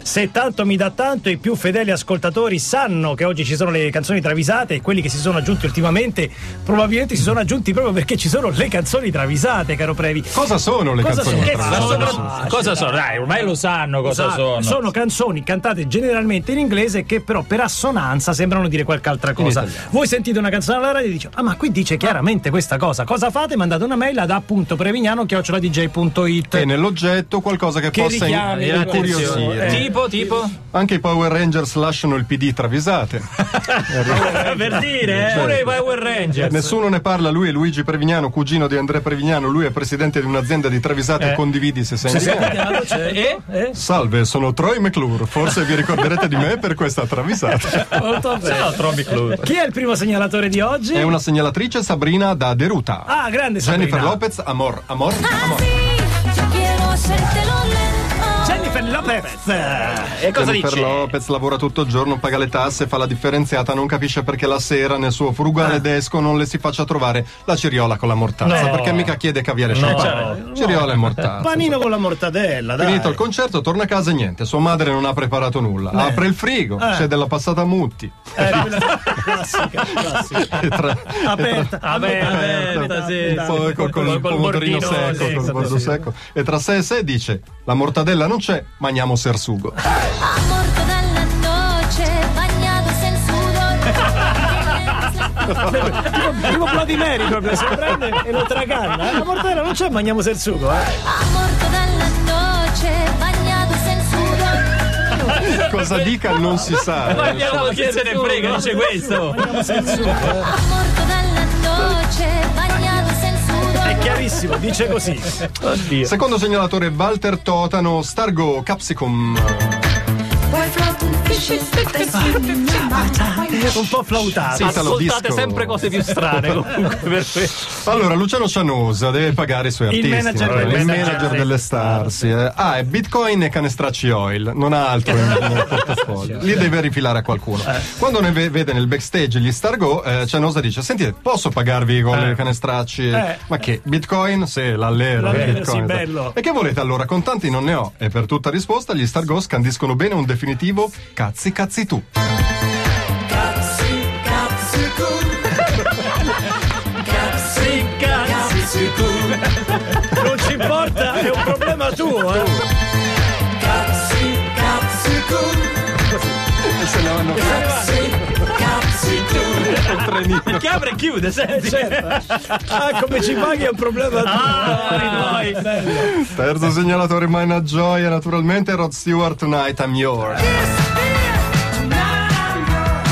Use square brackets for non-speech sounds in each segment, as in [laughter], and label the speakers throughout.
Speaker 1: Se tanto mi dà tanto, i più fedeli ascoltatori sanno che oggi ci sono le canzoni travisate e quelli che si sono aggiunti ultimamente probabilmente si sono aggiunti proprio perché ci sono le canzoni travisate, caro Previ.
Speaker 2: Cosa sono le
Speaker 1: Cosa
Speaker 2: canzoni?
Speaker 1: sono? Che
Speaker 2: travisate?
Speaker 1: sono?
Speaker 2: Cosa sono?
Speaker 1: Ah,
Speaker 3: cosa
Speaker 1: c'è
Speaker 3: sono?
Speaker 1: da-
Speaker 3: Dai, ormai lo sanno cosa
Speaker 1: Esatto.
Speaker 3: sono.
Speaker 1: Sono canzoni cantate generalmente in inglese che però per assonanza sembrano dire qualche altra cosa.
Speaker 2: italiano.
Speaker 1: Voi sentite una canzone alla radio e dice: Ah, ma qui dice chiaramente questa cosa. Cosa fate? Mandate una mail ad appunto prevignano@dj.it.
Speaker 2: E nell'oggetto qualcosa che,
Speaker 1: Che
Speaker 2: possa
Speaker 1: richiami
Speaker 2: in-
Speaker 1: l'attenzione.
Speaker 2: incuriosire.
Speaker 1: Eh.
Speaker 3: Tipo, tipo.
Speaker 2: Anche i Power Rangers lasciano il
Speaker 1: [laughs]
Speaker 2: PD travisate.
Speaker 3: per dire, eh. Pure i Power Rangers.
Speaker 2: Nessuno Certo. ne parla, lui è Luigi Prevignano, cugino di Andrea Prevignano, lui è presidente di un'azienda di
Speaker 1: Eh.
Speaker 2: travisate, condividi se sei indiano.
Speaker 3: Eh?
Speaker 2: Salve, sono Troy McClure, forse vi ricorderete di me per questa
Speaker 1: [laughs]
Speaker 2: travisata.
Speaker 1: Molto bene. Chi è il primo segnalatore di oggi?
Speaker 2: È una segnalatrice Sabrina da Deruta.
Speaker 1: Ah, grande Sabrina.
Speaker 2: Jennifer Lopez, amor, amor, amor.
Speaker 4: Así, yo quiero hacértelo lento.
Speaker 1: Jennifer
Speaker 2: Ah,
Speaker 1: Lopez.
Speaker 3: E cosa
Speaker 2: Jennifer
Speaker 3: dici?
Speaker 2: Lopez lavora tutto il giorno, paga le tasse, fa la differenziata, non capisce perché la sera nel suo
Speaker 3: Ah.
Speaker 2: frugale desco non le si faccia trovare la ciriola con la mortazza,
Speaker 1: No.
Speaker 2: perché mica chiede caviale e
Speaker 3: Cioè,
Speaker 2: champagne. Ciriola e mortazza.
Speaker 1: Panino con la mortadella, dai.
Speaker 2: Finito il concerto, torna a casa e niente. Sua madre non ha preparato nulla. Apre il frigo,
Speaker 3: Eh.
Speaker 2: c'è della passata Mutti.
Speaker 1: Eh, quella- classica, classica.
Speaker 2: [laughs] E tra-
Speaker 3: [laughs]
Speaker 1: Aperta, aperta,
Speaker 3: aperta,
Speaker 1: aperta,
Speaker 3: sì,
Speaker 1: aperta.
Speaker 2: Poi col, col,
Speaker 3: Col- col
Speaker 2: pomodorino
Speaker 3: bordino,
Speaker 2: secco,
Speaker 3: sì,
Speaker 2: col
Speaker 3: esatto,
Speaker 2: bordo
Speaker 3: sì.
Speaker 2: secco. E tra sé e sé dice: La mortadella non c'è, maniamo
Speaker 3: [laughs]
Speaker 2: sersugo.
Speaker 4: Amor toda la noche, bañados en sudor.
Speaker 1: Tipo, tipo Bloody Mary proprio, si prende e lo tracanna. La mortadella non c'è, mangiamo il sugo, eh.
Speaker 4: Amor toda la noche, bañados en sudor.
Speaker 2: Cosa dica non si sa. eh.
Speaker 3: Andiamo, chi se ne frega, dice
Speaker 5: [laughs]
Speaker 3: questo.
Speaker 4: Amor toda la noche, bañados en
Speaker 1: È
Speaker 4: sudor.
Speaker 1: chiarissimo, dice così.
Speaker 2: Secondo segnalatore Walter Totano, Stargo Capsicum.
Speaker 1: Un po' flautato.
Speaker 2: Sì. Italo
Speaker 3: Ascoltate
Speaker 2: disco.
Speaker 3: sempre cose più strane comunque per me.
Speaker 2: Allora, Luciano Cianosa deve pagare i suoi
Speaker 1: Il
Speaker 2: artisti.
Speaker 1: manager
Speaker 2: eh,
Speaker 1: del-
Speaker 2: il
Speaker 1: manager
Speaker 2: manager
Speaker 1: delle
Speaker 2: delle stars. eh. Ah, è Bitcoin e canestracci oil, non ha altro in- nel portafoglio. Li deve rifilare a qualcuno.
Speaker 1: Eh.
Speaker 2: Quando ne ve- vede nel backstage gli Stargo, eh, Cianosa dice: Sentite, posso pagarvi con i canestracci?
Speaker 1: Eh.
Speaker 2: Ma che Bitcoin? Se l'allero.
Speaker 1: L'allero,
Speaker 2: Bitcoin.
Speaker 1: sì, bello.
Speaker 2: E che volete allora? Contanti non ne ho. E per tutta risposta gli Stargo scandiscono bene un definitivo cazzi cazzi tu.
Speaker 1: Non ci importa, è un problema tuo, eh.
Speaker 2: E se ne vanno un trenino.
Speaker 3: Che apre e chiude, senti.
Speaker 1: Eh, Ah, come ci paghi è un problema tuo.
Speaker 3: Ah, i tuoi.
Speaker 2: [laughs] Terzo segnalatore Mina Gioia, naturalmente Rod Stewart Tonight I'm Yours.
Speaker 1: Eh,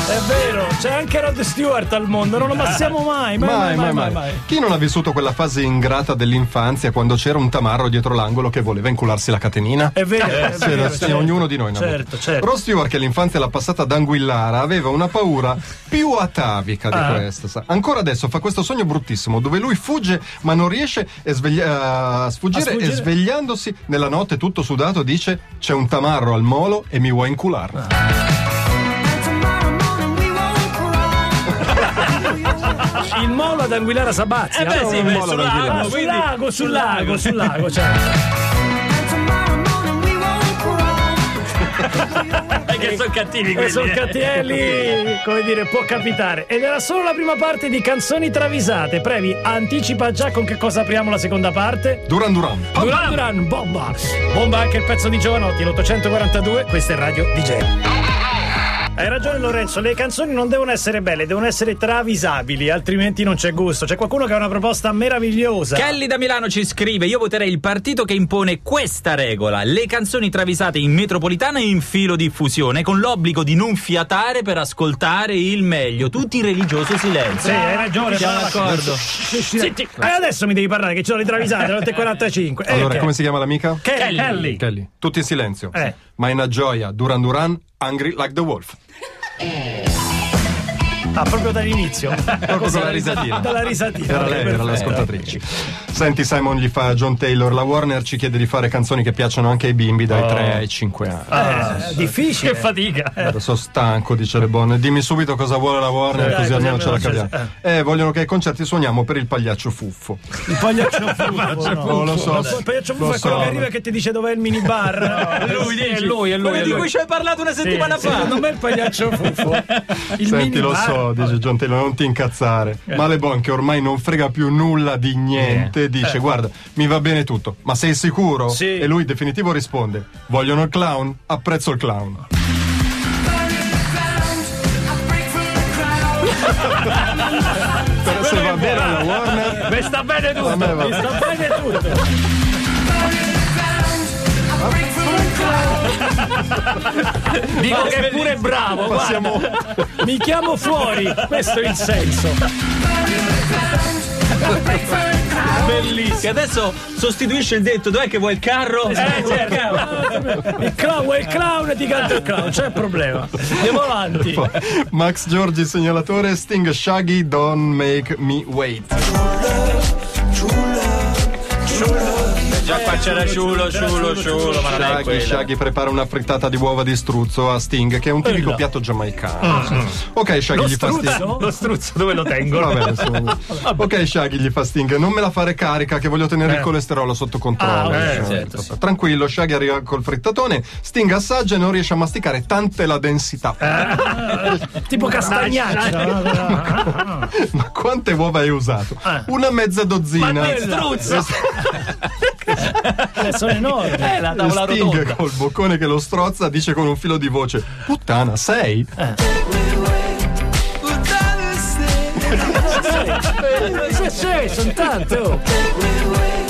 Speaker 1: È vero, c'è anche Rod Stewart al mondo, non lo
Speaker 2: [laughs]
Speaker 1: passiamo mai, mai, mai, mai, mai, mai.
Speaker 2: Chi non ha vissuto quella fase ingrata dell'infanzia quando c'era un tamarro dietro l'angolo che voleva incularsi la catenina?
Speaker 1: È vero, è
Speaker 2: Eh, Sì,
Speaker 1: Eh, vero,
Speaker 2: sì,
Speaker 1: certo.
Speaker 2: ognuno di noi. ne ha avuto.
Speaker 1: Certo, certo.
Speaker 2: Rod Stewart, che l'infanzia l'ha passata ad Anguillara, aveva una paura più atavica di
Speaker 1: Ah.
Speaker 2: questa. sa. Ancora adesso fa questo sogno bruttissimo dove lui fugge ma non riesce e sveglia- a sfuggire
Speaker 1: A sfuggire.
Speaker 2: e svegliandosi nella notte tutto sudato dice c'è un tamarro al molo e mi vuoi inculare.
Speaker 1: Il molo ad Anguillara Sabazzi.
Speaker 3: Eh beh,
Speaker 1: allora,
Speaker 3: sì,
Speaker 2: un
Speaker 3: beh,
Speaker 2: molo
Speaker 3: sul
Speaker 2: da dire.
Speaker 3: lago,
Speaker 1: ah, sul
Speaker 3: quindi-
Speaker 1: lago, sul lago, sul lago, cioè.
Speaker 3: Eh, che sono cattivi
Speaker 1: E
Speaker 3: quelli.
Speaker 1: sono
Speaker 3: eh.
Speaker 1: cattielli, come dire, può capitare. Ed era solo la prima parte di canzoni travisate. Previ, anticipa già con che cosa apriamo la seconda parte.
Speaker 2: Duran Duran.
Speaker 1: Duran Duran, bomba! Bomba anche il pezzo di Giovanotti, l'842, questa è Radio DJ. Hai ragione Lorenzo, le canzoni non devono essere belle, devono essere travisabili, altrimenti non c'è gusto. C'è qualcuno che ha una proposta meravigliosa.
Speaker 3: Kelly da Milano ci scrive: Io voterei il partito che impone questa regola. Le canzoni travisate in metropolitana e in filo diffusione, con l'obbligo di non fiatare per ascoltare il meglio. Tutti in religioso silenzio.
Speaker 1: Sì, hai ragione,
Speaker 3: Siamo
Speaker 1: brava.
Speaker 3: d'accordo.
Speaker 1: Senti, eh, adesso mi devi parlare che ci sono le travisate, le 8.45. Eh,
Speaker 2: Allora,
Speaker 1: che-
Speaker 2: come si chiama l'amica?
Speaker 1: Kelly.
Speaker 3: Kelly.
Speaker 1: Kelly.
Speaker 2: Kelly. Tutti in silenzio.
Speaker 1: Eh.
Speaker 2: Ma è una gioia. Duran Duran, Angry Like the Wolf.
Speaker 1: Ah, proprio dall'inizio.
Speaker 2: [laughs] Proprio con la Ecco, risatina.
Speaker 1: Dalla risatina.
Speaker 2: Era lei, era
Speaker 1: Perfetto.
Speaker 2: l'ascoltatrice. Senti, Simon gli fa John Taylor. La Warner ci chiede di fare canzoni che piacciono anche ai bimbi dai 3 ai 5 anni.
Speaker 1: Eh, difficile. Eh,
Speaker 5: Che fatica.
Speaker 2: Guarda, Sono stanco, dice Le Bon. Dimmi subito cosa vuole la Warner,
Speaker 1: Dai,
Speaker 2: così
Speaker 1: così
Speaker 2: almeno ce la
Speaker 1: almeno
Speaker 2: caviamo.
Speaker 1: ce-
Speaker 2: Eh, vogliono che ai concerti suoniamo per il pagliaccio fuffo.
Speaker 1: Il [laughs] pagliaccio fufo.
Speaker 2: fufo, lo so.
Speaker 1: Ma poi Il pagliaccio fufo
Speaker 2: Lo
Speaker 1: è quello
Speaker 2: so.
Speaker 1: che arriva e che ti dice dov'è il [laughs] minibar.
Speaker 5: Lui dice, è lui, è lui,
Speaker 3: Quello
Speaker 5: è
Speaker 3: di
Speaker 5: lui.
Speaker 3: cui ci hai parlato una settimana
Speaker 5: sì,
Speaker 3: fa.
Speaker 1: Secondo me il [laughs] pagliaccio fufo. Il
Speaker 2: Senti, lo
Speaker 1: minibar-
Speaker 2: so, dice John Taylor, non ti incazzare. Ma Le Bon, che ormai non frega più nulla di niente, dice: Guarda, mi va bene tutto, ma sei sicuro?
Speaker 1: Sì.
Speaker 2: E lui, definitivo, risponde: Vogliono il clown? Apprezzo il clown. Però se va bene alla Warner,
Speaker 1: [laughs]
Speaker 5: Beh, sta bene
Speaker 2: a me
Speaker 5: tutto.
Speaker 2: va
Speaker 1: Mi
Speaker 2: bene.
Speaker 1: sta bene tutto.
Speaker 5: Dico che è pure bravo. guarda.
Speaker 2: Passiamo.
Speaker 1: Mi chiamo fuori. Questo è il senso.
Speaker 3: Bellissimo. Che adesso sostituisce il detto, dov'è che vuoi il carro?
Speaker 1: Eh, certo. Il clown, vuoi il clown ti canta il clown, c'è problema.
Speaker 3: Ecco
Speaker 1: Andiamo avanti.
Speaker 2: Max Giorgi, segnalatore, Sting Shaggy, Don't Make Me Wait.
Speaker 3: Già qua c'era ciulo, ciulo, ciulo, ma non è
Speaker 2: Shaggy,
Speaker 3: quella.
Speaker 2: Shaggy prepara una frittata di uova di struzzo a Sting, che è un tipico piatto giamaicano. Ok, Shaggy
Speaker 5: Lo
Speaker 2: gli fa Sting.
Speaker 5: struzzo, lo struzzo dove lo tengo?
Speaker 1: Eh,
Speaker 2: [laughs] Vabbè, insomma. ok, Shaggy gli fa Sting. Non me la fare carica, che voglio tenere il colesterolo sotto controllo.
Speaker 1: Ah,
Speaker 2: Certo. Tranquillo, Shaggy arriva col frittatone. Sting assaggia e non riesce a masticare tante la densità.
Speaker 1: Tipo castagnaccio. no?
Speaker 2: [laughs] Ma quante uova hai usato? Una mezza dozzina.
Speaker 5: Ma che struzzo!
Speaker 1: Eh, Sono enormi.
Speaker 5: Eh, la
Speaker 2: E
Speaker 5: tavola
Speaker 2: Sting
Speaker 5: rotonda.
Speaker 2: col boccone che lo strozza dice con un filo di voce: Puttana, sei?
Speaker 1: Eh, Sì, sì, sono tante. oh.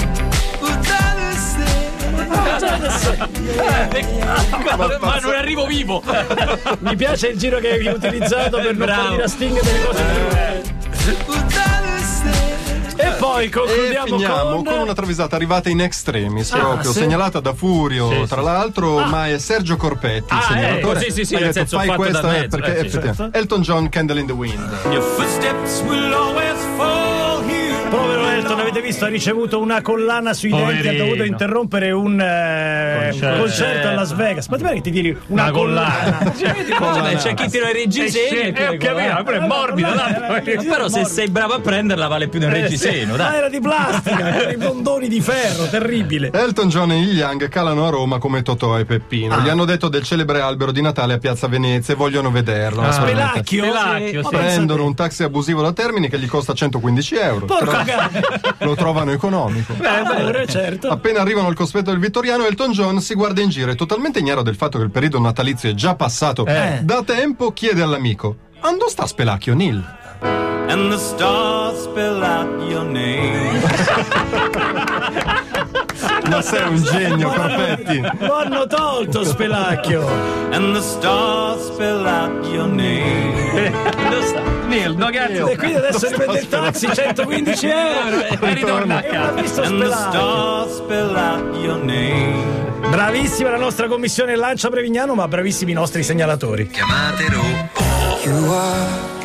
Speaker 3: Ma, non arrivo vivo.
Speaker 1: Mi piace il giro che hai utilizzato per non far
Speaker 3: Bravo.
Speaker 1: dire a Sting delle cose che- E poi
Speaker 2: E
Speaker 1: concludiamo
Speaker 2: finiamo
Speaker 1: con...
Speaker 2: con una travisata arrivata in extremis, proprio
Speaker 1: sì.
Speaker 2: segnalata da Furio, tra l'altro, ma è Sergio Corpetti. il
Speaker 3: eh,
Speaker 2: segnalatore.
Speaker 3: sì, sì, sì,
Speaker 2: Hai
Speaker 3: nel
Speaker 2: detto,
Speaker 3: senso,
Speaker 2: fai
Speaker 3: fatto
Speaker 2: questa
Speaker 3: da
Speaker 2: eh,
Speaker 3: mezzo,
Speaker 2: perché
Speaker 3: eh, sì,
Speaker 2: effettivamente- Elton John Candle in the Wind.
Speaker 3: Your footsteps will always fall here.
Speaker 1: Povero Elton, avete visto, ha ricevuto una collana sui denti, ha
Speaker 5: Poverino.
Speaker 1: dovuto interrompere un eh,
Speaker 5: Concerto.
Speaker 1: concerto a Las Vegas. Ma ti pare che ti tiri una,
Speaker 5: Una collana.
Speaker 3: Vabbè, c'è chi tira i reggiseni e
Speaker 5: Eh,
Speaker 3: tira
Speaker 5: ho
Speaker 3: i colà.
Speaker 5: capito, pure è morbida. l'altro.
Speaker 3: Eh, Però se sei bravo a prenderla vale più di un reggiseno,
Speaker 1: Ma
Speaker 3: dai.
Speaker 1: era di plastica, erano i bondoni di ferro, terribile.
Speaker 2: Elton John e Neil Young calano a Roma come Totò e Peppino.
Speaker 3: Ah.
Speaker 2: Gli hanno detto del celebre albero di Natale a Piazza Venezia e vogliono vederlo.
Speaker 3: Ah.
Speaker 2: naturalmente.
Speaker 1: Pelacchio,
Speaker 5: Pelacchio, sì.
Speaker 2: Prendono un taxi abusivo da Termini che gli costa 115 euro.
Speaker 1: Porca
Speaker 2: però
Speaker 1: cagata.
Speaker 2: [laughs] lo trovano economico.
Speaker 1: Amore, certo.
Speaker 2: Appena arrivano al cospetto del Vittoriano, Elton John si guarda in giro e, totalmente ignaro del fatto che il periodo natalizio è già passato da tempo, chiede all'amico: Ando sta Spelacchio, Neil?
Speaker 6: And the stars spell out your name.
Speaker 2: [laughs] Ma sei un genio, Corpetti.
Speaker 1: Lo hanno tolto
Speaker 3: [laughs]
Speaker 1: Spelacchio.
Speaker 6: And the stars spell out your name.
Speaker 5: Lo sta- Neil, no cazzo.
Speaker 1: E quindi adesso riprende il taxi 115 euro
Speaker 5: E ritorna
Speaker 1: e
Speaker 5: a
Speaker 1: l'ha
Speaker 5: casa.
Speaker 1: visto
Speaker 6: And the
Speaker 1: Spelacchio.
Speaker 6: stars spell out your name.
Speaker 1: Bravissima la nostra commissione Lancia Prevignano, ma bravissimi i nostri segnalatori.
Speaker 7: Chiamate Ru.
Speaker 8: You are